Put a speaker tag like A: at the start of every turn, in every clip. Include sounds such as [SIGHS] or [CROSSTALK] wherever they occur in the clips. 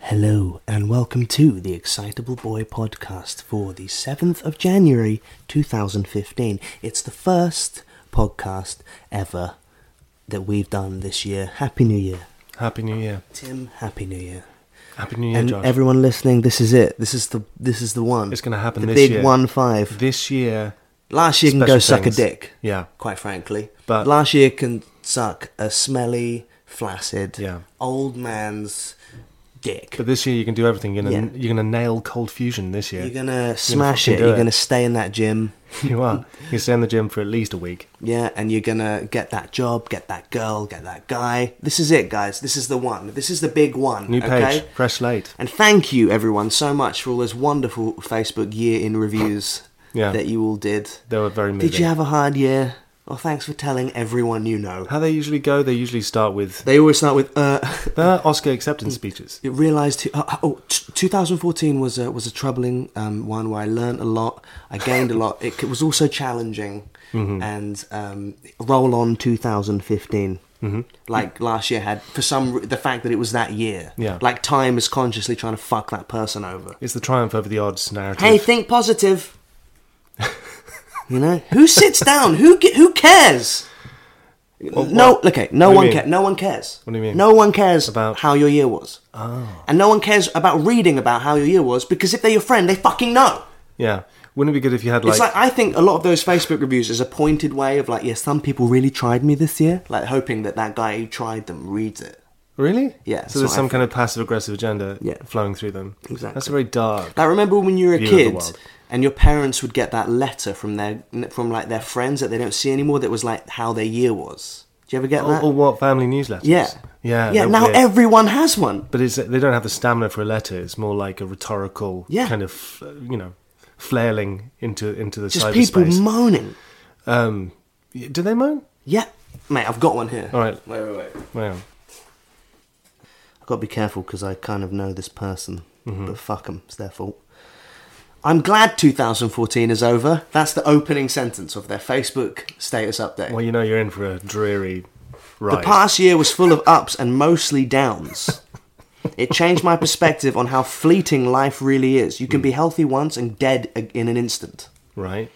A: Hello and welcome to the Excitable Boy podcast for the 7th of January 2015. It's the first podcast ever that we've done this year. Happy New Year.
B: Happy New Year.
A: Tim, happy New Year.
B: Happy New Year,
A: and
B: Josh.
A: everyone listening, this is it. This is the this is the one.
B: It's gonna happen
A: The
B: this
A: big
B: year.
A: one five.
B: this year,
A: Last year can go
B: special
A: suck a
B: things.
A: dick.
B: Yeah.
A: quite frankly.
B: But-
A: last year can suck a smelly, flaccid,
B: Yeah.
A: old man's dick.
B: But this year you can do everything. You're gonna,
A: Yeah.
B: you're gonna nail cold fusion this year.
A: You're gonna smash
B: fucking
A: it.
B: do
A: You're
B: it.
A: gonna stay in that gym,
B: [LAUGHS] You are. You can stay in the gym for at least a week.
A: yeah, and you're gonna get that job, get that girl, get that guy. This is it, guys. This is the one. This is the big one.
B: New page,
A: okay?
B: fresh slate.
A: And thank you, everyone, so much for all those wonderful Facebook year in reviews
B: Yeah.
A: that you all did.
B: They were very moving.
A: Did you have a hard year? Well, thanks for telling everyone you know.
B: How they usually go? They usually start with
A: They always start with, uh, [LAUGHS]
B: their Oscar acceptance speeches.
A: it realized, who- oh, oh, t- 2014 was a, was a troubling um, one where I learned a lot, I gained a lot. It c- was also challenging. And um, roll on 2015. Mm-hmm. Like last year had, for some, re- the fact that it was that year.
B: Yeah.
A: Like time is consciously trying to fuck that person over.
B: It's the triumph over the odds narrative.
A: Hey, think positive. [LAUGHS] you know who sits down? Who ge- who cares? no,
B: what-
A: okay, no
B: what do you
A: one
B: mean?
A: cares. No one cares.
B: What do you mean?
A: No one cares about
B: About-
A: how your year was. Oh. And no one cares about reading about how your year was because if they're your friend, they fucking know.
B: yeah. Wouldn't it be good if you had like,
A: it's like I think a lot of those Facebook reviews is a pointed way of like, yeah, some people really tried me this year, like hoping that that guy who tried them reads it.
B: really?
A: Yeah, that's
B: So there's
A: what I
B: some
A: think.
B: kind of passive aggressive agenda
A: Yeah.
B: flowing through them.
A: Exactly.
B: That's very dark.
A: Like remember when you were a
B: View of the
A: kid
B: world.
A: and your parents would get that letter from their from like their friends that they don't see anymore that was like how their year was. Do you ever get
B: Or,
A: that?
B: or what? Family newsletters.
A: yeah.
B: Oh,
A: Yeah,
B: Yeah. they're
A: now
B: weird.
A: everyone has one.
B: But it's, they don't have the stamina for a letter. It's more like a rhetorical
A: Yeah.
B: kind of, uh, you know, flailing into into the
A: Just people
B: cyberspace.
A: moaning.
B: um, y- do they moan?
A: Yeah. Mate, I've got one here.
B: All right,
A: Wait, wait, wait.
B: well,
A: I've got to be careful because I kind of know this person.
B: Mm-hmm.
A: But fuck 'em, it's their fault. I'm glad 2014 is over. That's the opening sentence of their Facebook status update.
B: well, you know, you're in for a dreary
A: The
B: ride.
A: past year was full of ups and mostly downs. it changed my perspective on how fleeting life really is. You can be healthy once and dead a- in an instant.
B: right?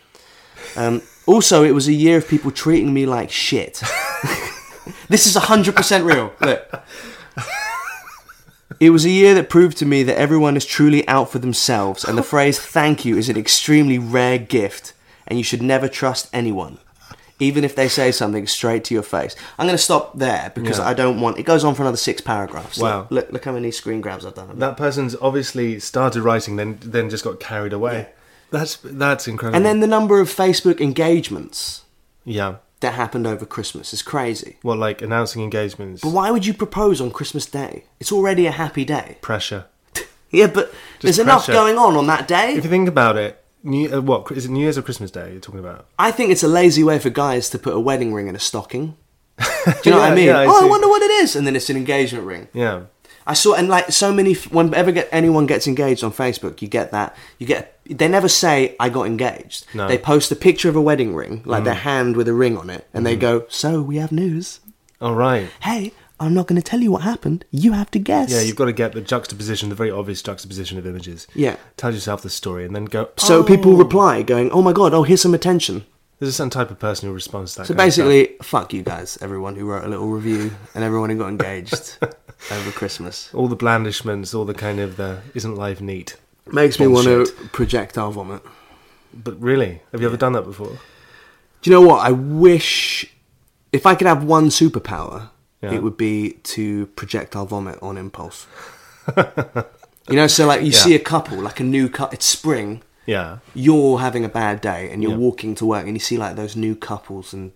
A: Um, also, it was a year of people treating me like shit. [LAUGHS] this is 100% real. Look. It was a year that proved to me that everyone is truly out for themselves, and the phrase thank you is an extremely rare gift, and you should never trust anyone, even if they say something straight to your face. I'm going to stop there because
B: Yeah.
A: I don't want. It goes on for another six paragraphs.
B: Wow.
A: Look, look, look how many screen grabs I've done.
B: That person's obviously started writing, then then just got carried away. That's that's incredible.
A: and then the number of Facebook engagements
B: yeah,
A: that happened over Christmas is crazy.
B: well, like announcing engagements,
A: But why would you propose on Christmas Day? It's already a happy day.
B: pressure.
A: Yeah, but there's enough
B: pressure.
A: going on on that day.
B: If you think about it, New, uh, what is it? New Year's or Christmas Day? You're talking about?
A: I think it's a lazy way for guys to put a wedding ring in a stocking. Do you know what I
B: [LAUGHS] Yeah,
A: mean?
B: yeah, I
A: oh, I
B: see.
A: wonder what it is, and then it's an engagement ring.
B: Yeah,
A: I saw, and like so many, f- whenever get, anyone gets engaged on Facebook, you get that. You get. They never say I got engaged.
B: No. Mm.
A: They post a picture of a wedding ring, like their hand with a ring on it, and they
B: Mm-hmm.
A: go, "So we have news.
B: all right.
A: Hey, I'm not going to tell you what happened. You have to guess."
B: Yeah, you've got to get the juxtaposition, the very obvious juxtaposition of images.
A: Yeah.
B: Tell yourself the story and then go.
A: so
B: "Oh,
A: people reply, going, "Oh my god! Oh, here's some attention."
B: There's a certain type of person who responds to that.
A: So
B: kind of stuff.
A: basically, fuck you guys, everyone who wrote a little review and everyone who got [LAUGHS] engaged over Christmas.
B: all the blandishments, all the kind of the isn't life neat.
A: Makes me want to
B: Bullshit.
A: projectile vomit.
B: But really, have you ever done that before?
A: Do you know what? I wish if I could have one superpower,
B: Yeah.
A: it would be to projectile vomit on impulse. you know, so like you see a couple, like a new couple, it's spring,
B: Yeah.
A: you're having a bad day and you're
B: Yeah.
A: walking to work and you see like those new couples and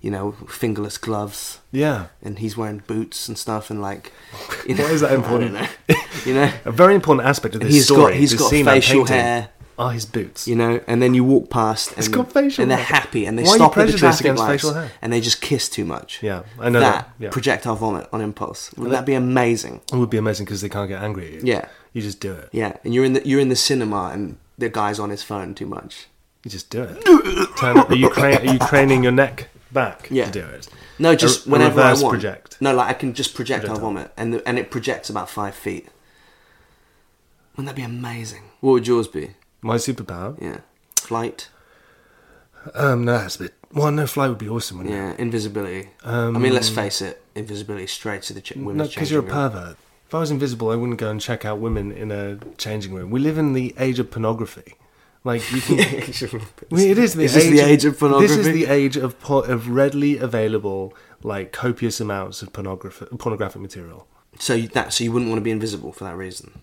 A: you know, fingerless gloves,
B: Yeah.
A: and he's wearing boots and stuff, and
B: [LAUGHS]
A: like, you
B: Why is that
A: I don't
B: important?
A: know. you
B: [LAUGHS]
A: know,
B: A very important aspect of this
A: He's got-
B: story.
A: he's
B: this
A: got
B: scene I'm
A: facial
B: painting,
A: hair.
B: Are his boots?
A: you know, and then you walk past, and,
B: got facial
A: and they're
B: hair.
A: happy, and they
B: Why are you
A: stop at the
B: prejudiced
A: traffic
B: against
A: lights,
B: facial hair?
A: and they just kiss too much.
B: Yeah, I know
A: that,
B: that, yeah.
A: projectile vomit on impulse. Would that be amazing?
B: It would be amazing because they can't get angry at you.
A: Yeah.
B: You just do it.
A: Yeah, and you're in the you're in the cinema, and the guy's on his phone too much.
B: You just do it. Turn, are, you cra- are you craning your neck back
A: Yeah.
B: to do it?
A: No, just
B: A- a
A: whenever I
B: reverse
A: want.
B: project.
A: No, like I can just projectile
B: Projectile.
A: vomit, and the, and it projects about five feet. Wouldn't that be amazing? What would yours be?
B: My superpower?
A: Yeah, flight.
B: Um, no, that's a bit. Well, no, fly would be awesome, wouldn't it?
A: Yeah, Um, invisibility. I mean, let's face it, invisibility straight to the ch- women's
B: No, because
A: changing
B: you're a
A: room.
B: pervert. If I was invisible, I wouldn't go and check out women in a changing room. We live in the age of pornography. Like you
A: [LAUGHS]
B: can, I mean, it is the,
A: Is
B: age,
A: this the age of
B: This is
A: pornography?
B: the age of por- of readily available, like copious amounts of pornography, pornographic material.
A: So you, that so you wouldn't want to be invisible for that reason.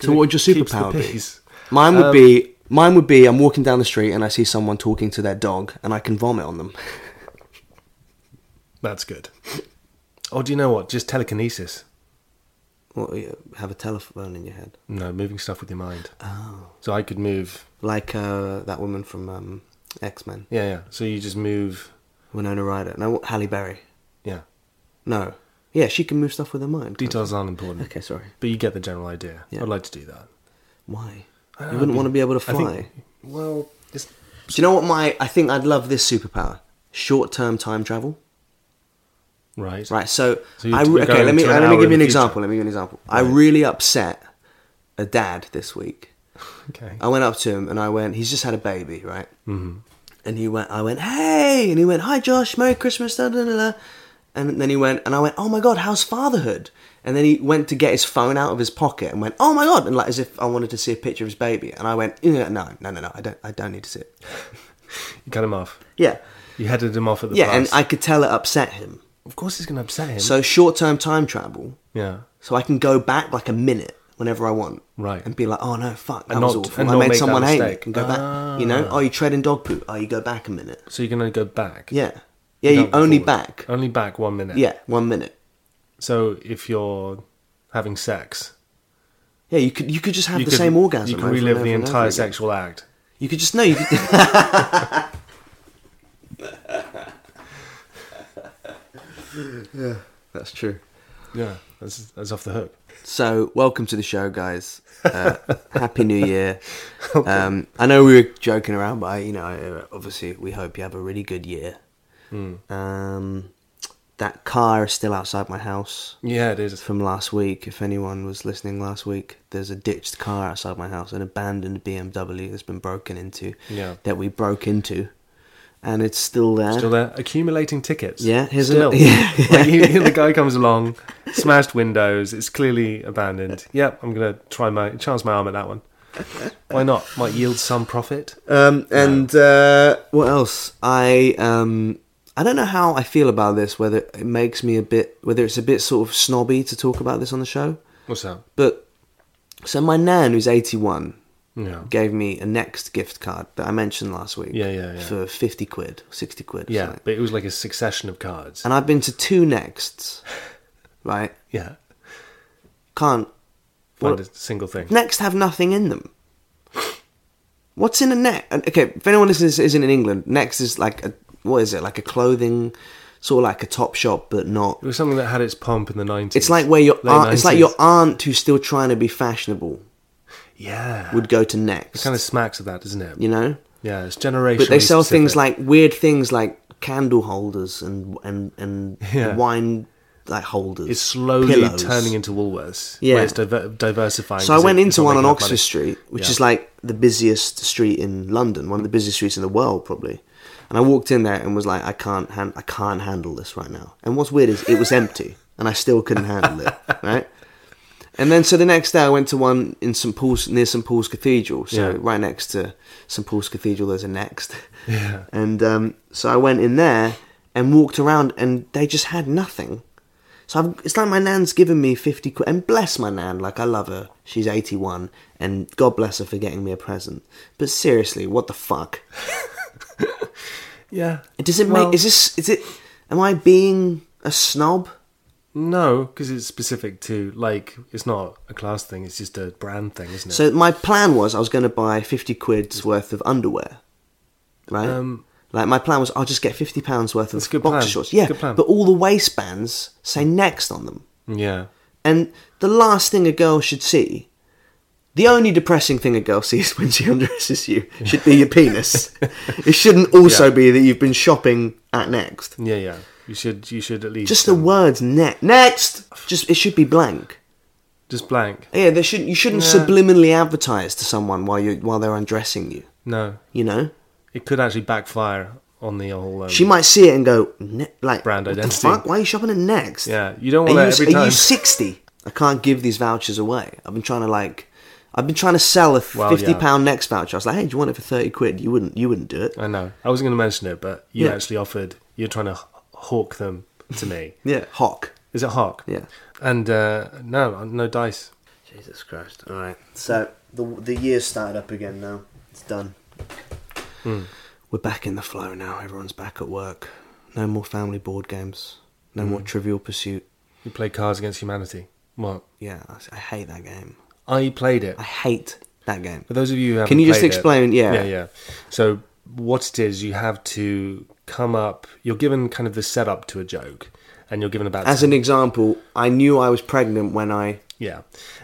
A: So
B: it
A: what would your
B: keeps the
A: superpower be?
B: peace.
A: Mine would
B: Um,
A: be mine would be I'm walking down the street and I see someone talking to their dog and I can vomit on them.
B: That's good. Oh, do you know what? Just telekinesis.
A: Well, you have a telephone in your head,
B: No, moving stuff with your mind. Oh. So I could move.
A: like uh, that woman from um, X Men,
B: Yeah, yeah. So you just move.
A: Winona Ryder. No, what- Halle Berry.
B: Yeah.
A: No, yeah, she can move stuff with her mind. can't
B: Details aren't important.
A: Okay, sorry.
B: But you get the general idea.
A: Yeah.
B: I'd like to do that.
A: she? Why?
B: I don't
A: You
B: know,
A: wouldn't
B: I'd
A: want to be able to
B: I
A: fly.
B: think- well, it's,
A: Do you know what my? I think I'd love this superpower: short-term time travel.
B: right.
A: Right. So,
B: So you're-
A: I,
B: you're
A: okay,
B: going
A: let me
B: to an
A: let
B: hour
A: me
B: in
A: give you an
B: the
A: example. Let me give you an example. I really upset a dad this week.
B: Okay.
A: I went up to him and I went, he's just had a baby, right? Mm-hmm. And he went, I went, hey, and he went, hi, Josh, Merry Christmas, da da da. da. And then he went, and I went, oh my god, how's fatherhood? And then he went to get his phone out of his pocket and went, oh my god, and like as if I wanted to see a picture of his baby. And I went, "Yeah, no, no, no, no, I don't, I don't need to see it.
B: You cut him off.
A: Yeah,
B: You headed him off at the
A: yeah, and
B: bus.
A: I could tell it upset him.
B: of course, he's going to upset him.
A: So short-term time travel.
B: yeah.
A: so I can go back like a minute whenever I want.
B: Right.
A: And be like, oh no, fuck, that
B: And
A: was
B: not-
A: awful.
B: and
A: I
B: not
A: made
B: make that
A: someone hate me.
B: mistake. Ah.
A: Can go back. You know, oh, you treading dog poop. Oh, you go back a minute.
B: So you're going to go back.
A: Yeah. Yeah, you
B: Don't go
A: only
B: forward.
A: back.
B: Only back one minute.
A: Yeah, one minute.
B: So if you're having sex,
A: Yeah, you could you could just have
B: you
A: the
B: could-
A: same orgasm.
B: You can
A: over and
B: relive
A: over
B: the
A: and over
B: entire
A: again.
B: sexual act.
A: You could just no.
B: [LAUGHS]
A: You could, [LAUGHS] yeah, that's true.
B: Yeah. That's, that's off the hook.
A: So, welcome to the show, guys. Uh, Happy New Year. Um, I know we were joking around, but I, you know, uh, obviously, we hope you have a really good year.
B: Hmm.
A: Um, that car is still outside my house
B: Yeah, it is.
A: from last week. If anyone was listening last week, there's a ditched car outside my house, an abandoned BMW that's been broken into.
B: Yeah.
A: That we broke into, and it's still there.
B: Still there, accumulating tickets.
A: Yeah, here's
B: still.
A: a- yeah. [LAUGHS]
B: [LAUGHS] Like, you- you- the guy comes along, smashed windows. It's clearly abandoned. Yep, I'm gonna try my chance my arm at that one. Why not? Might yield some profit.
A: Um, and uh, what else? I um, I don't know how I feel about this. Whether it makes me a bit, whether it's a bit sort of snobby to talk about this on the show.
B: What's that?
A: But so my nan, who's eighty one,
B: Yeah.
A: gave me a next gift card that I mentioned last week.
B: Yeah, yeah, yeah.
A: For fifty quid, sixty quid. Or
B: Yeah,
A: something. Um,
B: but it was like a succession of cards.
A: And I've been to two nexts. [LAUGHS] Right,
B: Yeah,
A: can't
B: find a single thing.
A: next have nothing in them. What's in a next? Okay, if anyone listening to this isn't in England, next is like a what is it? Like a clothing, sort of like a Top Shop, but not.
B: It was something that had its pomp in the nineties.
A: It's like where your aunt, it's like your aunt who's still trying to be fashionable
B: yeah.
A: would go to next.
B: kind of smacks of that, doesn't it?
A: you know,
B: Yeah, it's generational.
A: but they sell things like weird things like candle holders and and and
B: Yeah.
A: wine like holders.
B: it's slowly
A: pillows.
B: turning into Woolworths.
A: Yeah.
B: where it's diver- diversifying.
A: So I
B: 'cause
A: went
B: it- it's
A: into
B: not
A: one on
B: making enough
A: Oxford
B: money.
A: Street, which
B: Yeah.
A: is like the busiest street in London, one of the busiest streets in the world probably. And I walked in there and was like, I can't, han- I can't handle this right now. And what's weird is it was empty, and I still couldn't handle it, [LAUGHS] right? And then so the next day I went to one in St Paul's near St Paul's Cathedral. So
B: Yeah.
A: right next to St Paul's Cathedral, there's a next.
B: [LAUGHS] Yeah.
A: And um, so I went in there and walked around, and they just had nothing. So I've, it's like my nan's given me fifty quid, and bless my nan, like I love her. She's eighty-one, and God bless her for getting me a present. But seriously, what the fuck?
B: Yeah.
A: Does it make?
B: Well-
A: is this? Is it? Am I being a snob?
B: No, because it's specific to like it's not a class thing. It's just a brand thing, isn't it?
A: So my plan was I was going to buy fifty quid's worth of underwear, right?
B: Um,
A: like my plan was I'll just get fifty pounds worth
B: That's a
A: of
B: good
A: boxer
B: plan.
A: shorts. Yeah,
B: Good plan.
A: but all the waistbands say next on them,
B: yeah.
A: and the last thing a girl should see, the only depressing thing a girl [LAUGHS] sees when she undresses you should be your
B: [LAUGHS]
A: penis. it shouldn't also
B: Yeah.
A: be that you've been shopping at Next.
B: Yeah, yeah. You should you should at least
A: Just the
B: um,
A: words ne- next. Just it should be blank.
B: just blank.
A: Yeah, they shouldn't. You shouldn't
B: Yeah.
A: subliminally advertise to someone while you while they're undressing you.
B: No.
A: You know,
B: It could actually backfire on the whole um,
A: she might see it and go, ne- like,
B: Brand
A: "What the
B: identity.
A: fuck? Why are you shopping at Next?
B: Yeah, you don't
A: Are
B: want
A: you,
B: that every
A: are
B: time.
A: you sixty? I can't give these vouchers away. I've been trying to like, I've been trying to sell a
B: Well,
A: fifty
B: yeah.
A: pound Next voucher. I was like, hey, do you want it for thirty quid? You wouldn't. You wouldn't do it.
B: I know. I wasn't going to mention it, but you
A: Yeah.
B: actually offered. You're trying to h- hawk them to me.
A: Yeah, hock.
B: Is it hawk?
A: Yeah.
B: And uh, no, no dice.
A: Jesus Christ! All right. So the the year's started up again now. It's done.
B: Hmm.
A: We're back in the flow now. Everyone's back at work. No more family board games. No
B: Hmm.
A: more Trivial Pursuit.
B: You play Cards Against Humanity. What?
A: Yeah, I, I hate that game.
B: I played it.
A: I hate that game.
B: For those of you who haven't
A: Can you just
B: played it-
A: explain- yeah.
B: yeah, yeah. So what it is, you have to come up. You're given kind of the setup to a joke, and you're given about
A: As an example, I knew I was pregnant when I.
B: Yeah,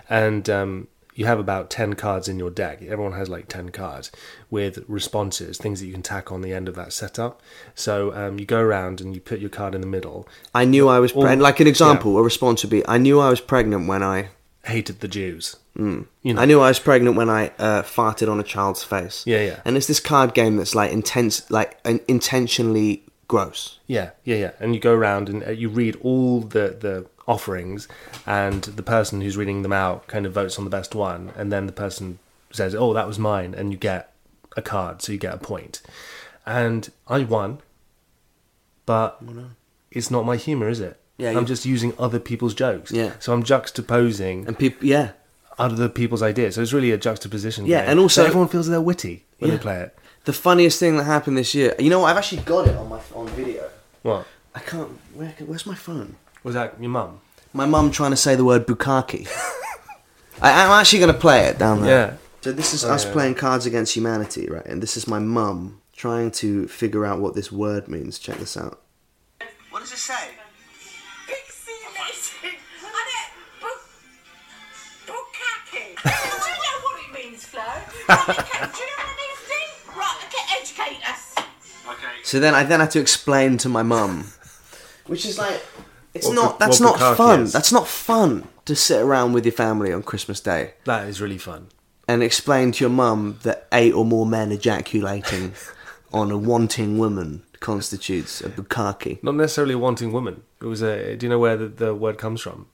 B: and um, you have about ten cards in your deck. Everyone has like ten cards with responses, things that you can tack on the end of that setup. So um, you go around and you put your card in the middle.
A: I knew I was
B: Or-
A: pregnant. Like an example, a response would be, I knew I was pregnant when I.
B: Hated the Jews.
A: Hmm.
B: Mm. You know,
A: I knew I was pregnant when I uh, farted on a child's face.
B: Yeah, yeah.
A: And it's this card game that's like intense, like an intentionally gross.
B: Yeah, yeah, yeah. And you go around and uh, you read all the the offerings, and the person who's reading them out kind of votes on the best one, and then the person says, "Oh, that was mine," and you get a card, so you get a point. And I won, but it's not my humor, is it?
A: Oh, Yeah,
B: I'm
A: you-
B: just using other people's jokes.
A: Yeah.
B: So I'm juxtaposing
A: And people, yeah,
B: other people's ideas. So it's really a juxtaposition.
A: Yeah,
B: game.
A: and also-
B: So everyone feels they're witty when
A: Yeah.
B: they play it.
A: the funniest thing that happened this year. You know, what? I've actually got it on my on video.
B: What
A: I can't. Where, where's my phone?
B: was that? Your mum?
A: My mum trying to say the word bukkake. [LAUGHS] I, am actually going to play it down there.
B: Yeah.
A: So this is us
B: Oh, yeah.
A: playing Cards Against Humanity, right? And this is my mum trying to figure out what this word means. Check this out.
C: What does it say?
D: Pixie [LAUGHS] Nation. And it. bu- Bukkake. Do you know what it means, Flo? Right, okay, do you know what it means, Dee? Right, okay, educate us.
C: Okay.
A: So then I then had to explain to my mum, which is like, it's
B: What
A: not.
B: bu-
A: That's
B: what
A: not
B: bukkake
A: fun.
B: is.
A: That's not fun to sit around with your family on Christmas Day
B: That is really fun.
A: and explain to your mum that eight or more men
B: [LAUGHS]
A: ejaculating on a wanting woman constitutes a bukkake.
B: not necessarily a wanting woman. It was a. Do you know where the, the word comes from?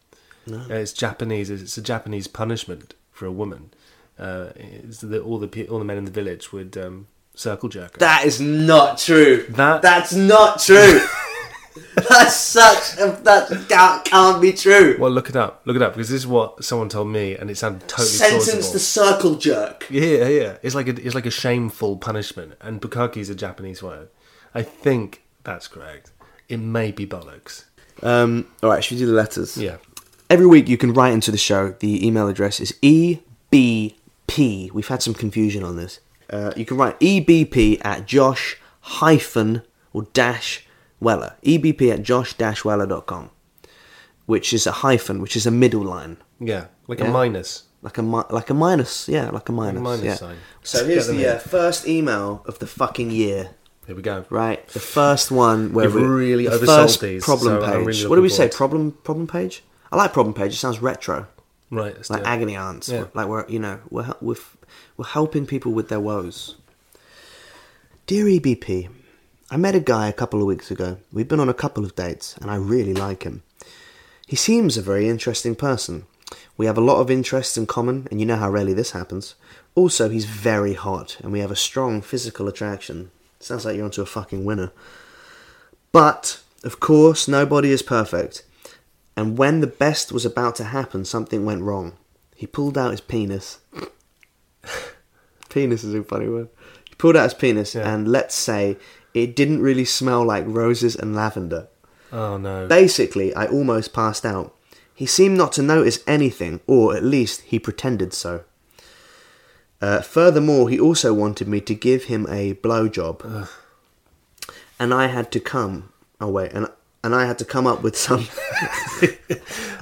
B: No. It's Japanese. It's a Japanese punishment for a woman. Uh, it's that all the pe- all the men in the village would um, circle jerk. her.
A: That is not true.
B: That-
A: That's not true. [LAUGHS] that's such a, that can't, can't be true.
B: well, look it up. Look it up because this is what someone told me, and it sounded totally
A: Sentence
B: plausible.
A: the circle jerk.
B: yeah, yeah, yeah. It's like a it's like a shameful punishment, and bukkake is a Japanese word. I think that's correct. It may be bollocks.
A: Um, all right, should we do the letters?
B: Yeah.
A: Every week you can write into the show. The email address is EBP. We've had some confusion on this. Uh, you can write EBP at Josh hyphen or dash Weller. EBP at Josh dash Weller.com, which is a hyphen, which is a middle line.
B: Yeah. Like
A: Yeah.
B: a minus.
A: Like a mi- like a minus, yeah, like a minus,
B: minus
A: yeah.
B: sign.
A: So here's
B: Get them
A: the
B: in.
A: uh, first email of the fucking year,
B: Here we go.
A: right? The first one where
B: You've
A: we
B: really
A: the
B: oversold
A: first
B: these,
A: problem
B: so I'm
A: page.
B: really
A: what do we
B: looking
A: say?
B: forward.
A: Problem problem page. I like problem page. It sounds retro,
B: Right. let's do
A: like
B: it.
A: agony aunts.
B: Yeah.
A: Like we're you know we're hel- we're f- we're helping people with their woes. Dear EBP, I met a guy a couple of weeks ago. We've been on a couple of dates, and I really like him. He seems a very interesting person. We have a lot of interests in common, and you know how rarely this happens. Also, he's very hot, and we have a strong physical attraction. Sounds like you're onto a fucking winner. But, of course, nobody is perfect. And when the best was about to happen, something went wrong. He pulled out his penis. [LAUGHS] penis is a funny word. He pulled out his penis,
B: Yeah.
A: and let's say It didn't really smell like roses and lavender.
B: Oh no.
A: Basically, I almost passed out. He seemed not to notice anything, or at least he pretended so. Uh, furthermore, he also wanted me to give him a blowjob, and I had to come. Oh wait, and and I had to come up with some. [LAUGHS]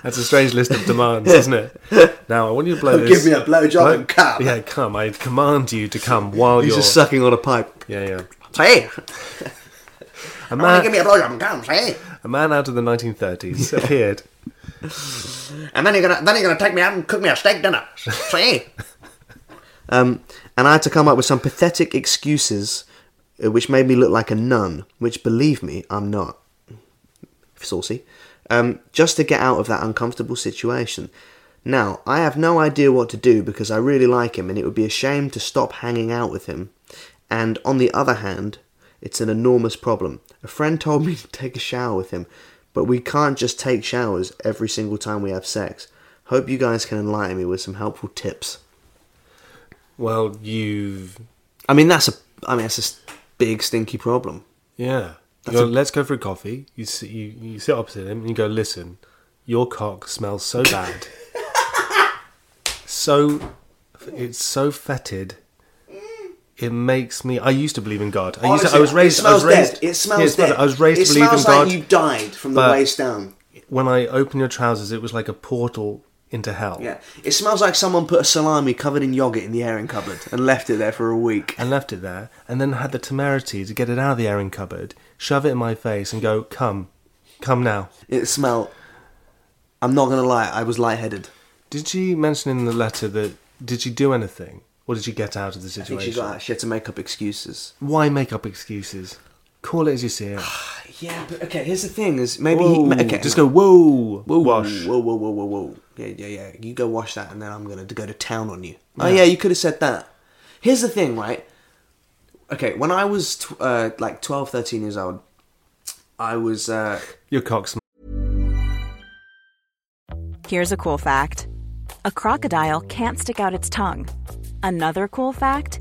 B: That's a strange list of demands, isn't it? Now I want you to
A: [LAUGHS]
B: blow
A: Give
B: this.
A: me a blowjob
B: Blow-
A: and come.
B: Yeah, come. I command you to come while
A: He's
B: you're.
A: just sucking on a pipe.
B: yeah, yeah.
A: Say,
B: A
A: "Wanna
B: man,
A: Oh, give me a blowjob and come, say.
B: a man out of the
A: [LAUGHS]
B: 1930s appeared.
A: and then you're gonna then you're gonna take me out and cook me a steak [LAUGHS] dinner. See? um, and I had to come up with some pathetic excuses, uh, which made me look like a nun. Which, believe me, I'm not. Saucy. Um, just to get out of that uncomfortable situation. Now, I have no idea what to do because I really like him and it would be a shame to stop hanging out with him. And on the other hand, it's an enormous problem. A friend told me [LAUGHS] to take a shower with him, but we can't just take showers every single time we have sex. Hope you guys can enlighten me with some helpful tips.
B: Well, you've
A: I mean, that's a, I mean, that's a s- big stinky problem.
B: Yeah. You go, let's go for a coffee. You sit, you, you sit opposite him and you go, listen, your cock smells so bad. so, it's so fetid. It makes me. I used to believe in God. I, used to, I was raised.
A: It smells
B: I was raised,
A: dead. It smells
B: Yeah, it's
A: dead.
B: I was raised
A: it
B: to believe in
A: smells like
B: God.
A: you died from the
B: but-
A: waist down.
B: When I open your trousers, it was like a portal into hell.
A: Yeah, it smells like someone put a salami covered in yogurt in the airing cupboard and left it there for a week.
B: and left it there, and then had the temerity to get it out of the airing cupboard, shove it in my face, and go, "Come, come now."
A: It smelled. I'm not gonna lie, I was lightheaded.
B: Did she mention in the letter that did she do anything, or did she get out of the
A: I think
B: situation?
A: she got. She had to make up excuses.
B: Why make up excuses? Call it as you see it.
A: Yeah, but okay. Here's the thing: is [SIGHS] maybe he,
B: Whoa.
A: ma- okay,
B: Just go whoa,
A: Whoa,
B: wash.
A: Whoa, whoa, whoa, whoa, whoa. Yeah, yeah, yeah. You go wash that, and then I'm gonna go to town on you. Oh yeah, you could have said that. Here's the thing, right? Okay, when I was tw- uh, like 12, 13 years old, I was. Uh,
B: Your cock smells.
E: Here's a cool fact a crocodile can't stick out its tongue. Another cool fact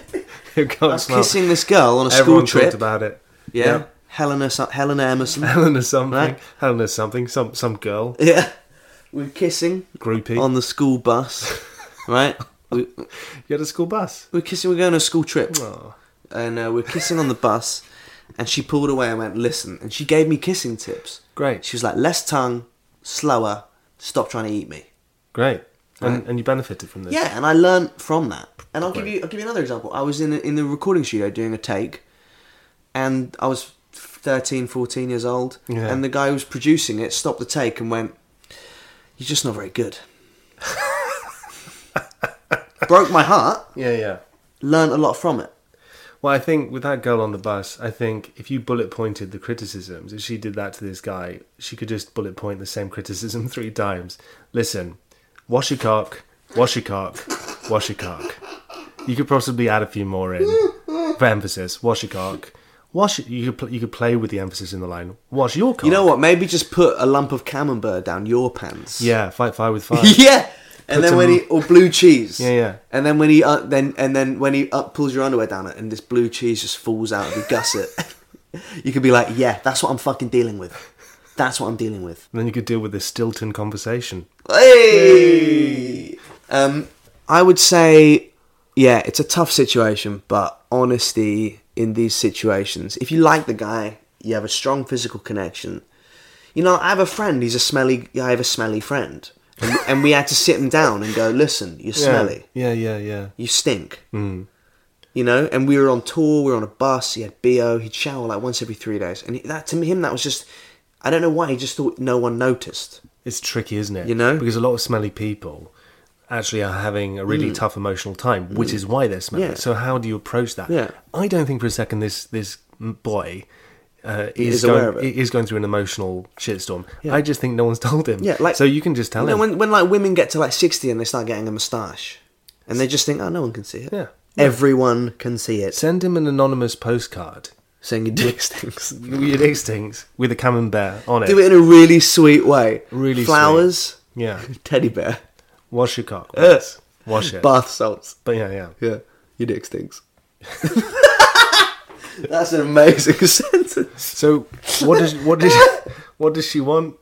B: [LAUGHS] Your cock
A: I was
B: smells.
A: kissing this girl on a
B: Everyone
A: school
B: talked
A: trip.
B: about it.
A: yeah.
B: [LAUGHS]
A: Helena, so- Helena Emerson.
B: Helena something.
A: Right.
B: Helena something. Some some girl
A: yeah, we were kissing
B: groupie.
A: on the school bus, right? We, we
B: you had a school bus.
A: we're kissing. We're going on a school trip,
B: Oh.
A: and uh, we're kissing on the bus. And she pulled away and went, "Listen." And she gave me kissing tips.
B: Great.
A: She was like, "Less tongue, slower. Stop trying to eat me."
B: Great. And,
A: Right.
B: and you benefited from this.
A: Yeah, and I learned from that. And I'll give
B: Right.
A: you I'll give you another example. I was in the, in the recording studio doing a take, and I was 13, 14 years old,
B: Yeah.
A: and the guy who was producing it stopped the take and went, "You're just not very
B: [LAUGHS]
A: good." Broke my heart.
B: Yeah, yeah.
A: Learned a lot from it.
B: Well, I think with that girl on the bus, I think if you bullet pointed the criticisms, if she did that to this guy, she could just bullet point the same criticism [LAUGHS] three times. Listen, wash your cock, wash your cock, wash your cock. You could possibly add a few more in for emphasis. Wash your cock. Wash. It. You could pl- you could play with the emphasis in the line. Wash your cock.
A: You know what? Maybe just put a lump of camembert down your pants.
B: Yeah, fight fire with fire.
A: [LAUGHS] yeah. And
B: Put
A: then when
B: some-
A: he or blue cheese.
B: Yeah, yeah.
A: And then when he uh, then and then when he up pulls your underwear down it and this blue cheese just falls out of your gusset.
B: [LAUGHS]
A: You could be like, yeah, that's what I'm fucking dealing with. That's what I'm dealing with.
B: And then you could deal with this Stilton conversation.
A: Hey. Um, I would say, yeah, it's a tough situation, but honesty in these situations. If you like the guy, You have a strong physical connection. You know, I have a friend. He's a smelly. I have a smelly friend, and, and we had to sit him down and go, "Listen, you're smelly.
B: Yeah, yeah, yeah.
A: You stink." You know, and we were on tour. We were on a bus. He had bo. He'd shower like once every three days, and that to him that was just. I don't know why he just thought no one noticed.
B: It's tricky, isn't it?
A: You know?
B: because a lot of smelly people actually are having a really tough emotional time, which is why they're smelly.
A: Mm. Yeah.
B: So how do you approach that?
A: Yeah.
B: I don't think for a second this this m- boy. Uh, is,
A: Is
B: going,
A: aware of it.
B: is going through an emotional shitstorm. I just think no one's [LAUGHS] told him.
A: Yeah, like
B: so you can just tell
A: You know,
B: him.
A: when when like women get to like sixty and they start getting a moustache, and they just think, oh, no one can see it.
B: Yeah.
A: everyone can see it.
B: Send him an anonymous postcard.
A: Saying your dick
B: [LAUGHS]
A: stinks.
B: Weird extinct with a camembert on it.
A: Do it in a really sweet way.
B: Really
A: flowers,
B: Yeah,
A: teddy bear,
B: wash your cock.
A: Uh.
B: please. Wash it.
A: bath salts.
B: but yeah, yeah.
A: Yeah, your dick stinks. [LAUGHS] That's an amazing [LAUGHS] sentence.
B: So what does what
A: [LAUGHS]
B: does what does she want?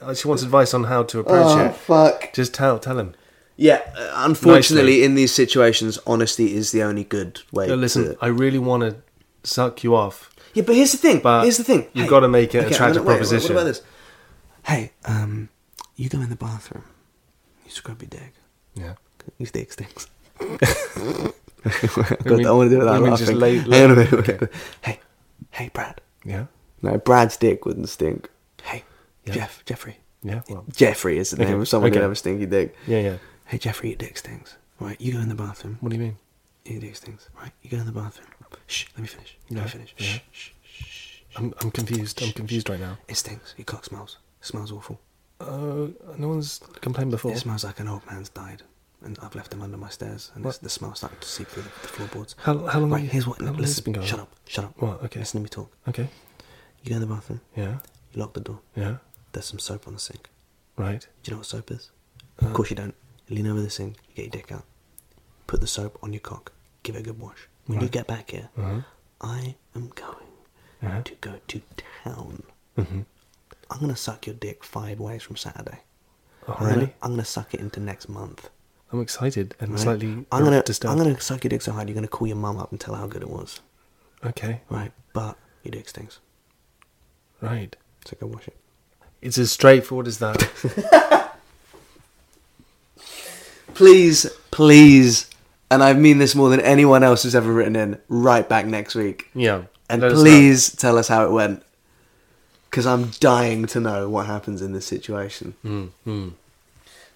B: Uh, She wants advice on how to approach
A: Uh.
B: it.
A: fuck.
B: Just tell tell him.
A: Yeah, uh, unfortunately, in these situations, honesty is the only good way.
B: No, listen,
A: to-
B: I really want to suck you off.
A: Yeah, but here's the thing.
B: But
A: here's the thing.
B: you've gotta make it an
A: I'm
B: attractive
A: wait, wait,
B: proposition.
A: What about this? Hey, um, you go in the bathroom. You scrub your dick.
B: Yeah.
A: Your dick stinks. [LAUGHS] God, I want to do it
B: you
A: without
B: mean
A: laughing.
B: just lay-
A: Hang on a minute, wait, wait. Hey, hey, Brad.
B: Yeah.
A: No, Brad's dick wouldn't stink. Hey,
B: Yeah.
A: Jeff, Jeffrey.
B: Yeah. Well,
A: Jeffrey is the name of someone
B: okay.
A: who'd have a stinky dick.
B: yeah, yeah.
A: Hey, Jeffrey, your dick stinks. Right, you go in the bathroom.
B: What do you mean?
A: Your dick stinks. Right, you go in the bathroom. Shh, let me finish. Let
B: Yeah,
A: me finish.
B: yeah.
A: Shh, shh.
B: I'm I'm confused. I'm confused right now.
A: It stinks. Your cock smells. smells awful.
B: Uh, no one's complained before.
A: It smells like an old man's died, and I've left him under my stairs, and this, the smell's starting to seep through the, the floorboards.
B: How- how long
A: Right,
B: have you-
A: here's what.
B: how long has this
A: listen,
B: been going
A: shut
B: on?
A: up, shut up.
B: What? Okay.
A: Listen to me talk.
B: Okay.
A: You go in the bathroom.
B: Yeah.
A: You lock the door.
B: Yeah.
A: There's some soap on the sink.
B: Right.
A: Do you know what soap is? of course you don't. You lean over the sink. You get your dick out. Put the soap on your cock. Give it a good wash. When you get back here,
B: Uh-huh.
A: I am going to go to town.
B: Mm-hmm.
A: I'm gonna suck your dick five ways from Saturday.
B: Oh,
A: I'm gonna-
B: Alrighty.
A: I'm gonna suck it into next month.
B: I'm excited and
A: Right?
B: slightly
A: I'm gonna
B: disturbed.
A: I'm gonna suck your dick so hard you're gonna call your mum up and tell her how good it was.
B: Okay.
A: Right, but your dick stinks.
B: Right.
A: So go wash it.
B: It's as straightforward
A: [LAUGHS]
B: as that.
A: Please, please, and I mean this more than anyone else has ever written in. Right back next week,
B: yeah.
A: and
B: Let us know.
A: please tell us how it went, because I'm dying to know what happens in this situation.
B: Hmm,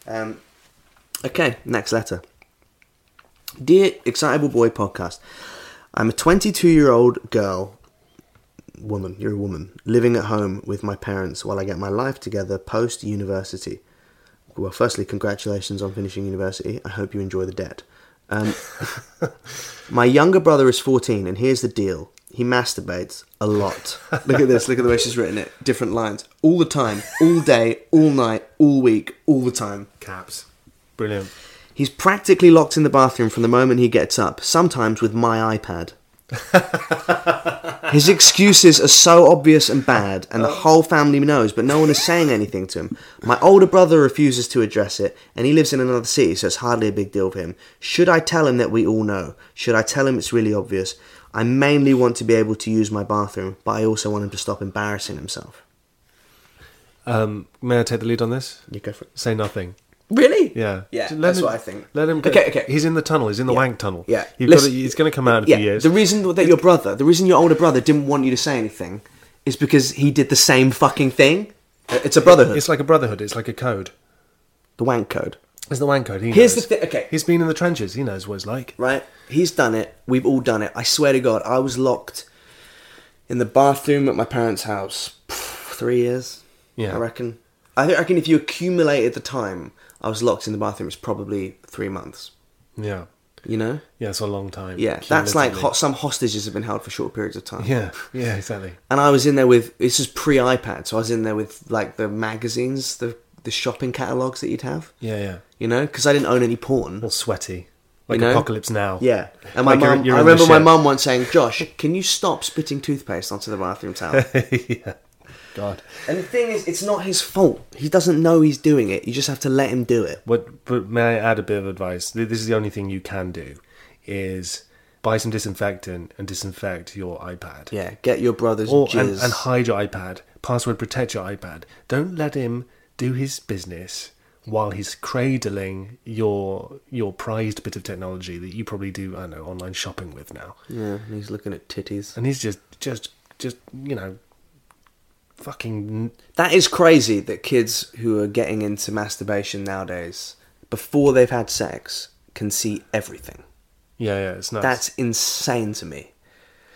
A: Um, okay, next letter. Dear Excitable Boy Podcast, I'm a 22 year old girl, woman, you're a woman, living at home with my parents while I get my life together post university. Well, firstly, congratulations on finishing university. I hope you enjoy the debt. Um, my younger brother is 14, and here's the deal he masturbates a lot. Look at this, look at the way she's written it. Different lines. All the time, all day, all night, all week, all the time.
B: Caps. Brilliant.
A: He's practically locked in the bathroom from the moment he gets up, sometimes with my iPad. His excuses are so obvious and bad, and the whole family knows, but no one is saying anything to him. My older brother refuses to address it, and he lives in another city, so it's hardly a big deal for him. Should I tell him that we all know? Should I tell him it's really obvious? I mainly want to be able to use my bathroom, but I also want him to stop embarrassing himself.
B: Um, may I take the lead on this?
A: You go for it.
B: Say nothing.
A: Really?
B: Yeah.
A: Yeah,
B: Just let
A: that's
B: him-
A: what I think.
B: Let him go.
A: Okay, okay.
B: He's in the tunnel. He's in the
A: Yeah.
B: wank tunnel.
A: Yeah.
B: You've
A: Listen-
B: got to, he's going to come out in a few years.
A: The reason that your brother, the reason your older brother didn't want you to say anything is because he did the same fucking thing. Uh, It's a brotherhood.
B: it's like a brotherhood. It's like a code.
A: the wank code,
B: It's the wank code. He
A: Here's
B: knows.
A: the thi- okay.
B: He's been in the trenches. He knows what it's like.
A: right? He's done it. We've all done it. I swear to God, I was locked in the bathroom at my parents' house pff, three years.
B: Yeah.
A: I reckon. I think- I reckon if you accumulated the time I was locked in the bathroom, it's probably three months.
B: Yeah.
A: You know?
B: Yeah. It's a long time.
A: Yeah, that's like
B: cumulatively.
A: hot, some hostages have been held for short periods of time.
B: Yeah. Yeah. Exactly.
A: and I was in there with this is pre iPad, so I was in there with like the magazines, the the shopping catalogs that you'd have,
B: Yeah. Yeah.
A: you know, because I didn't own any porn.
B: All sweaty. Like
A: You know?
B: apocalypse now.
A: Yeah, and my
B: Like you're-
A: mum.
B: you're
A: I
B: in the
A: remember my
B: shit.
A: mum once
B: [LAUGHS]
A: saying, "Josh, can you stop spitting toothpaste onto the bathroom towel?"
B: yeah. God.
A: and the thing is, it's not his fault. He doesn't know he's doing it. You just have to let him do it.
B: What? But may I add a bit of advice? Th- This is the only thing you can do, is buy some disinfectant and disinfect your iPad.
A: Yeah, get your brother's
B: Or and,
A: jizz.
B: and hide your iPad. Password protect your iPad. Don't let him do his business while he's cradling your your prized bit of technology that you probably do I don't know online shopping with now.
A: yeah, and he's looking at titties.
B: And he's just just just you know fucking
A: That is crazy that kids who are getting into masturbation nowadays, before they've had sex, can see everything.
B: yeah yeah it's nuts.
A: That's insane to me.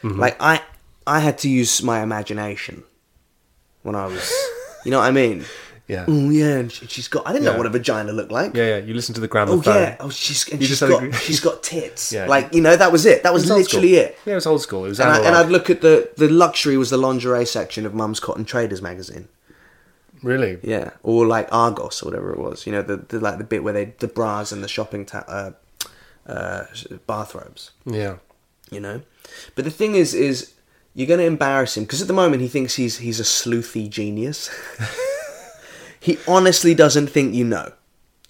B: Mm-hmm.
A: Like I, I had to use my imagination when I was, you know what I mean?
B: [LAUGHS] yeah.
A: Oh yeah, and she, she's got. I didn't
B: Yeah.
A: know what a vagina looked like.
B: Yeah, yeah. You listen to the grammar.
A: Oh
B: phone.
A: yeah. Oh, she's and
B: You
A: she's
B: just had a
A: got
B: gr-
A: she's got tits.
B: [LAUGHS] Yeah.
A: Like you know, that was it. That was,
B: It was old
A: literally
B: school.
A: it.
B: Yeah, it was old school. It was
A: And, I,
B: analog.
A: and I'd look at the the luxury was the lingerie section of Mum's Cotton Traders magazine.
B: really.
A: Yeah, or like Argos or whatever it was. You know, the, the like the bit where they the bras and the shopping ta- uh, uh, bathrobes.
B: Yeah.
A: You know, but the thing is, is you're going to embarrass him because at the moment he thinks he's he's a sleuthy genius. [LAUGHS] he honestly doesn't think you know,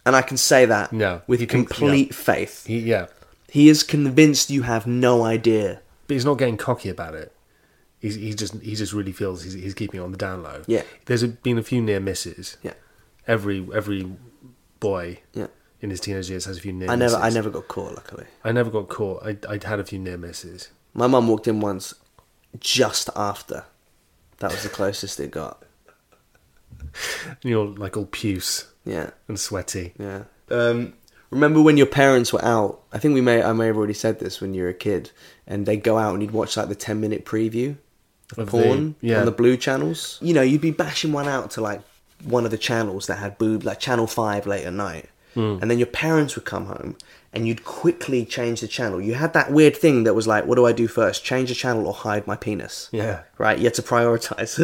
A: and I can say that
B: No,
A: with
B: he thinks-
A: complete
B: yeah.
A: faith.
B: He, yeah.
A: He is convinced you have no idea.
B: But he's not getting cocky about it. He's, he just he just really feels he's, he's keeping it on the down low.
A: Yeah.
B: There's a, been a few near misses.
A: Yeah.
B: Every every boy
A: Yeah.
B: in his teenage years has a few near
A: I never,
B: misses.
A: I never got caught. Luckily,
B: I never got caught. I I'd had a few near misses.
A: my mum walked in once, just after. That was the closest it got.
B: And you're like all puce
A: Yeah.
B: and sweaty.
A: Yeah. Um, remember when your parents were out? I think we may I may have already said this when you were a kid, and they'd go out and you'd watch like the ten minute preview of
B: Of
A: porn
B: the- yeah.
A: on the blue channels. You know, you'd be bashing one out to like one of the channels that had boob, like Channel Five late at night, and then your parents would come home. And you'd quickly change the channel. You had that weird thing that was like, what do I do first? Change the channel or hide my penis?
B: Yeah.
A: Right? You had to prioritize.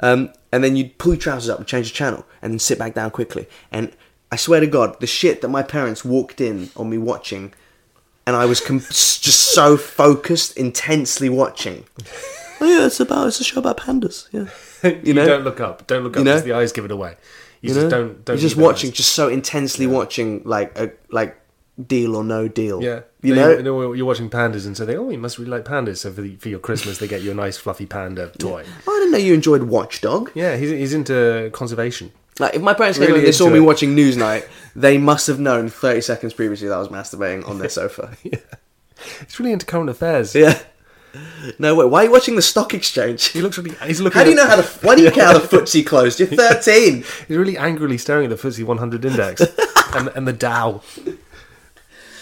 A: Um, and then you'd pull your trousers up and change the channel and then sit back down quickly. And I swear to God, the shit that my parents walked in on me watching, and I was com- s- just so focused, intensely watching. Oh, yeah, it's about, it's a show about pandas. Yeah.
B: [LAUGHS] You,
A: know?
B: don't look up. Don't look up
A: You know?
B: because the eyes give it away. You, just
A: know?
B: don't don't
A: You're just
B: need those.
A: watching, just so intensely watching, like, a, like, deal or no deal.
B: Yeah,
A: You
B: They-
A: know?
B: they know you're watching pandas, and so they oh, you must really like pandas. So for, the, for your Christmas, they get you a nice
A: [LAUGHS]
B: fluffy panda toy.
A: I didn't know you enjoyed Watchdog.
B: Yeah, he's, he's into conservation.
A: Like if my parents came
B: Really
A: home and they saw
B: into
A: me
B: it.
A: watching Newsnight, they must have known thirty seconds previously that I was masturbating
B: [LAUGHS]
A: on their sofa.
B: He's really into current affairs.
A: yeah. No wait, why are you watching the stock exchange?
B: He looks really. He's looking.
A: How do you
B: at-
A: know how the why do you care how
B: [LAUGHS]
A: the footsie closed? You're thirteen.
B: He's really angrily staring at the FTSE
A: [LAUGHS]
B: 100 index and, and the Dow.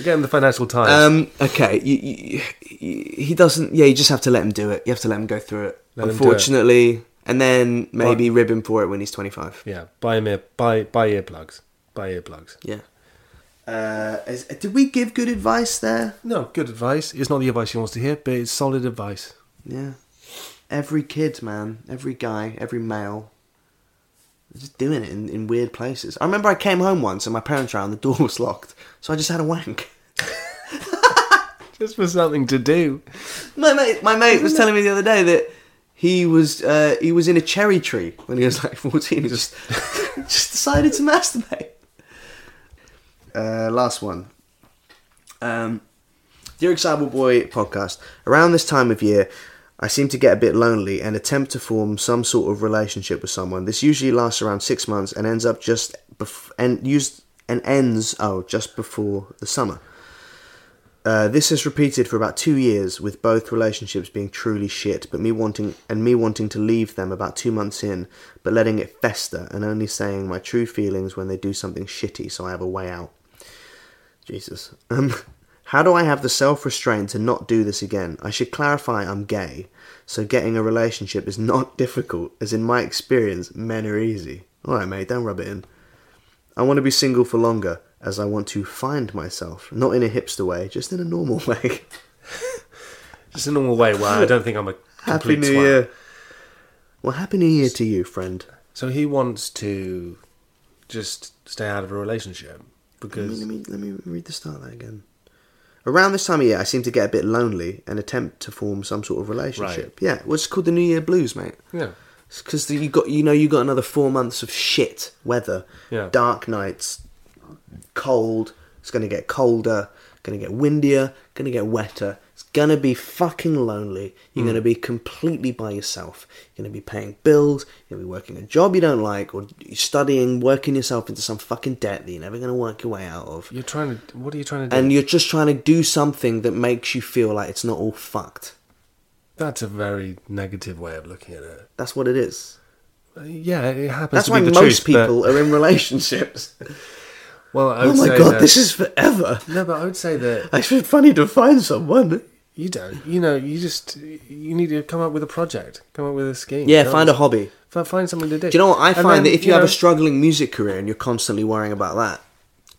B: Again, the Financial Times.
A: Um, okay, you, you, you- he doesn't. Yeah, you just have to let him do it. You have to let him go through it.
B: Let him do it.
A: unfortunately, and then maybe rib him for it when he's twenty-five.
B: yeah, buy him ear, buy buy earplugs, buy earplugs.
A: Yeah. Uh, is, did we give good advice there?
B: No, good advice. It's not the advice he wants to hear, but it's solid advice.
A: Yeah. Every kid, man, every guy, every male, they're just doing it in, in weird places. I remember I came home once and my parents were out and the door was locked, so I just had a wank.
B: Just for something to do.
A: My mate, my mate was telling me the other day that he was uh, he was in a cherry tree when he was like fourteen. He just [LAUGHS] just decided to masturbate. Uh, last one. Um, Dear Excitable Boy podcast. Around this time of year, I seem to get a bit lonely and attempt to form some sort of relationship with someone. This usually lasts around six months and ends up just bef- and used and ends oh just before the summer. Uh, this is repeated for about two years, with both relationships being truly shit, but me wanting and me wanting to leave them about two months in, but letting it fester and only saying my true feelings when they do something shitty, so I have a way out. Jesus. Um, [LAUGHS] how do I have the self restraint to not do this again? I should clarify I'm gay, so getting a relationship is not [LAUGHS] difficult, as in my experience, men are easy. Alright, mate, don't rub it in. I want to be single for longer, as I want to find myself, not in a hipster way, just in a normal [LAUGHS] way.
B: Just a normal way. Well, I don't think I'm a
A: [LAUGHS] Happy
B: complete
A: New
B: twat.
A: Year. Well, Happy New Year to you, friend.
B: So he wants to just stay out of a relationship
A: Let me,
B: because
A: let me, let me read the start of that again. Around this time of year, I seem to get a bit lonely and attempt to form some sort of relationship. Yeah, what's it's called the New Year blues, mate.
B: yeah,
A: because you got you know you got another four months of shit weather,
B: Yeah.
A: dark nights, cold, It's going to get colder, going to get windier, going to get wetter. It's going to be fucking lonely. You're
B: Hmm.
A: going to be completely by yourself. You're going to be paying bills. You're going to be working a job you don't like, or studying, working yourself into some fucking debt that you're never going to work your way out of.
B: You're trying to. What are you trying to do?
A: And you're just trying to do something that makes you feel like it's not all fucked.
B: That's a very negative way of looking at it.
A: That's what it is.
B: Uh, Yeah, it happens.
A: That's
B: to
A: why
B: be the
A: most
B: truth, but-
A: people are in relationships.
B: well, [LAUGHS] I
A: oh
B: would
A: my
B: say
A: god,
B: that-
A: this is forever. [LAUGHS]
B: No, but I would say that
A: It's been funny to find someone.
B: you don't. You know, you just you need to come up with a project, come up with a scheme.
A: Yeah,
B: Come
A: find a
B: up-
A: hobby.
B: fi- Find something to do.
A: Do you know what? I
B: And
A: find
B: then,
A: that if you, have
B: know,
A: a struggling music career and you're constantly worrying about that,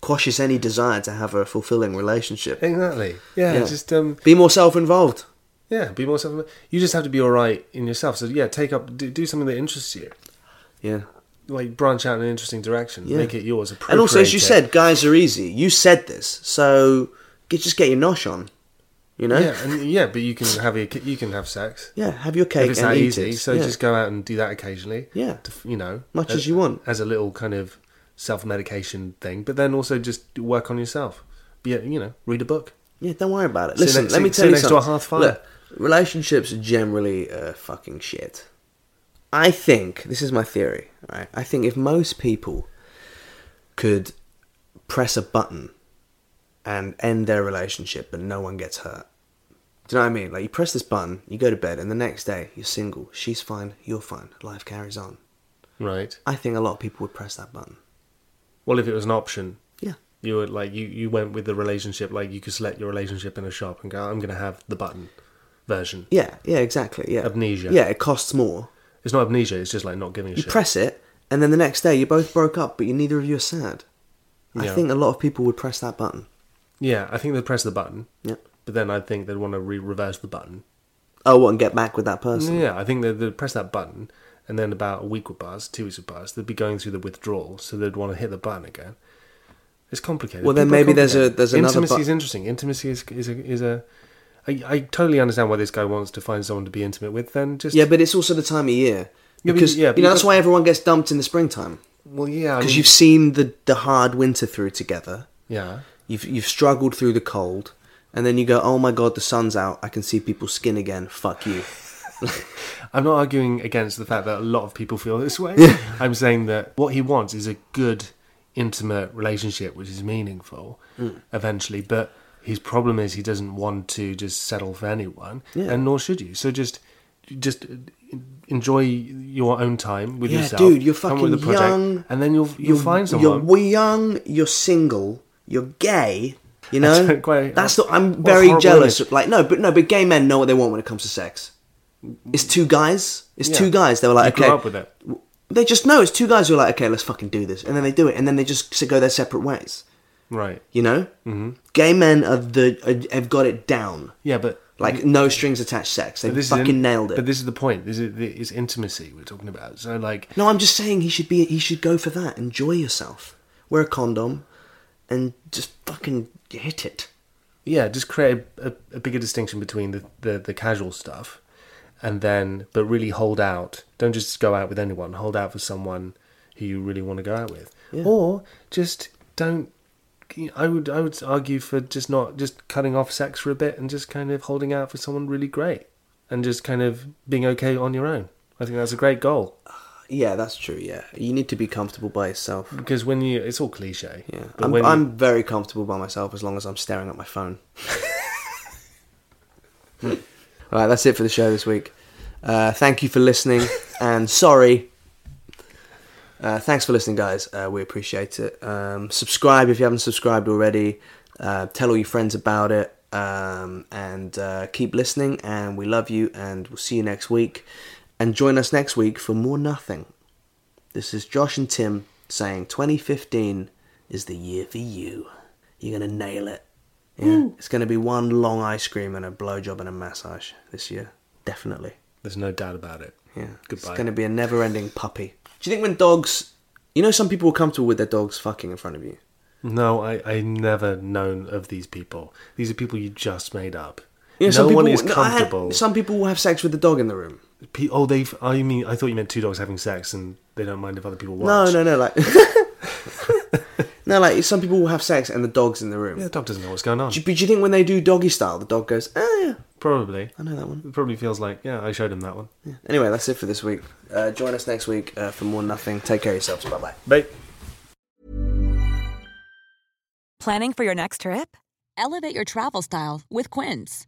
A: quashes any desire to have a fulfilling relationship.
B: exactly, yeah,
A: Yeah.
B: just um,
A: Be more self involved.
B: yeah, be more self. You just have to be all right in yourself. So yeah, take up, do, do something that interests you,
A: Yeah.
B: like branch out in an interesting direction,
A: Yeah.
B: make it yours.
A: And also, as you
B: appropriate
A: said, guys are easy. You said this, so get, just get your nosh on. You know?
B: it. yeah, and, yeah, but you can have a, you can have sex.
A: Yeah, have your cake
B: if it's
A: and
B: that
A: eat
B: easy.
A: it.
B: So
A: yeah.
B: just go out and do that occasionally.
A: Yeah.
B: to f- you know,
A: Much as you want.
B: as a little kind of self-medication thing. But then also just work on yourself. Be a, you know, read a book.
A: Yeah, don't worry about it.
B: Sit
A: Listen,
B: next-
A: let me
B: sit-
A: tell
B: sit
A: you
B: next to
A: something.
B: a hearth fire.
A: Look, relationships are generally uh, fucking shit. I think this is my theory. Right? I think if most people could press a button and end their relationship, and no one gets hurt. Do you know what I mean? Like you press this button, you go to bed, and the next day you're single. She's fine. You're fine. Life carries on.
B: Right.
A: I think a lot of people would press that button.
B: Well, if it was an option,
A: Yeah.
B: you would like you you went with the relationship. Like you could select your relationship in a shop and go, I'm going to have the button version.
A: Yeah. Yeah. Exactly. Yeah.
B: Amnesia.
A: Yeah. It costs more.
B: It's not amnesia. It's just like not giving a
A: You
B: shit.
A: press it, and then the next day you both broke up, but you neither of you are sad. I
B: Yeah.
A: think a lot of people would press that button.
B: yeah, I think they'd press the button,
A: Yeah.
B: but then I think they'd want to re- reverse the button.
A: Oh, what, and get back with that person?
B: Yeah, I think they'd, they'd press that button, and then about a week would pass, two weeks would pass. They'd be going through the withdrawal, so they'd want to hit the button again. It's complicated.
A: Well, then
B: People are
A: maybe there's a-
B: complicated.
A: there's another
B: intimacy
A: bu-
B: is interesting. Intimacy is is a, is a I, I totally understand why this guy wants to find someone to be intimate with. Then just
A: Yeah, but it's also the time of year.
B: Yeah, but-
A: Because,
B: yeah, but
A: you know,
B: you
A: that's
B: got-
A: why everyone gets dumped in the springtime.
B: well, yeah, I
A: Because
B: mean-
A: you've seen the, the hard winter through together,
B: yeah,
A: you've, you've struggled through the cold, and then you go, oh my god, the sun's out, I can see people's skin again, fuck you.
B: I'm not arguing against the fact that a lot of people feel this way. I'm saying that what he wants is a good, intimate relationship, which is meaningful
A: Mm.
B: eventually. But his problem is he doesn't want to just settle for anyone,
A: Yeah.
B: and nor should you. So just, just enjoy your own time with
A: Yeah,
B: yourself.
A: dude, you're
B: come up with
A: fucking
B: a project,
A: young.
B: and then you'll you'll find someone.
A: You're we- young. You're single. You're gay.
B: [LAUGHS]
A: You know,
B: That's quite-
A: that's the. I'm
B: what a
A: very
B: horrible
A: jealous.
B: image.
A: Of, like no, but no, but gay men know what they want when it comes to sex. It's two guys. It's
B: Yeah.
A: two guys. They were like,
B: You grew
A: okay,
B: up with it.
A: they just know it's two guys who are like, okay, let's fucking do this, and then they do it, and then they just s- go their separate ways.
B: right?
A: You know, mm-hmm. gay men are the are, have got it down.
B: Yeah, but
A: Like no strings attached sex. They
B: but this
A: fucking
B: is in-
A: nailed
B: But
A: it.
B: this is the point. This is it's intimacy we're talking about. So like,
A: No, I'm just saying he should be. He should go for that. Enjoy yourself. Wear a condom, and just fucking hit it.
B: yeah, just create a, a, a bigger distinction between the, the, the casual stuff and then, but really hold out. Don't just go out with anyone. Hold out for someone who you really want to go out with, or just don't. I would I would argue for just not just cutting off sex for a bit and just kind of holding out for someone really great and just kind of being okay on your own. I think that's a great goal
A: Uh, Yeah, that's true. Yeah, you need to be comfortable by yourself.
B: because when you it's all cliche.
A: Yeah,
B: but
A: I'm,
B: when you-
A: I'm very comfortable by myself as long as I'm staring at my
B: [LAUGHS]
A: phone. Hmm. All right, that's it for the show this week. Uh, thank you for listening, and sorry. Uh, thanks for listening, guys. Uh, we appreciate it. Um, subscribe if you haven't subscribed already. Uh, tell all your friends about it, um, and uh, keep listening. And we love you, and we'll see you next week. And join us next week for more nothing. This is Josh and Tim saying 2015 is the year for you. You're going to nail it. Yeah. It's going to be one long ice cream and a blowjob and a massage this year. Definitely.
B: there's no doubt about it.
A: Yeah.
B: Goodbye.
A: It's going to be a never ending puppy. Do you think when dogs. You know, some people are comfortable with their dogs fucking in front of you.
B: No, I, I never known of these people. These are people you just made up.
A: You know,
B: no
A: some
B: one
A: people-
B: is
A: no, I had-
B: comfortable.
A: some people will have sex with the dog in the room.
B: Pe- oh, they've. I mean, [LAUGHS] I thought you meant two dogs having sex and they don't mind if other people watch.
A: No, no, no. Like, No, like some people will have sex and the dog's in the room.
B: Yeah, the dog doesn't know what's going on.
A: Do, you- but do you think when they do doggy style, the dog goes, "Oh yeah,
B: Probably.
A: I know that one."
B: It probably feels like, yeah, I showed him that one.
A: Yeah. Anyway, that's it for this week. Uh, join us next week uh, for more nothing. Take care of yourselves. Bye bye.
B: But
E: Planning for your next trip?
F: Elevate your travel style with Quince.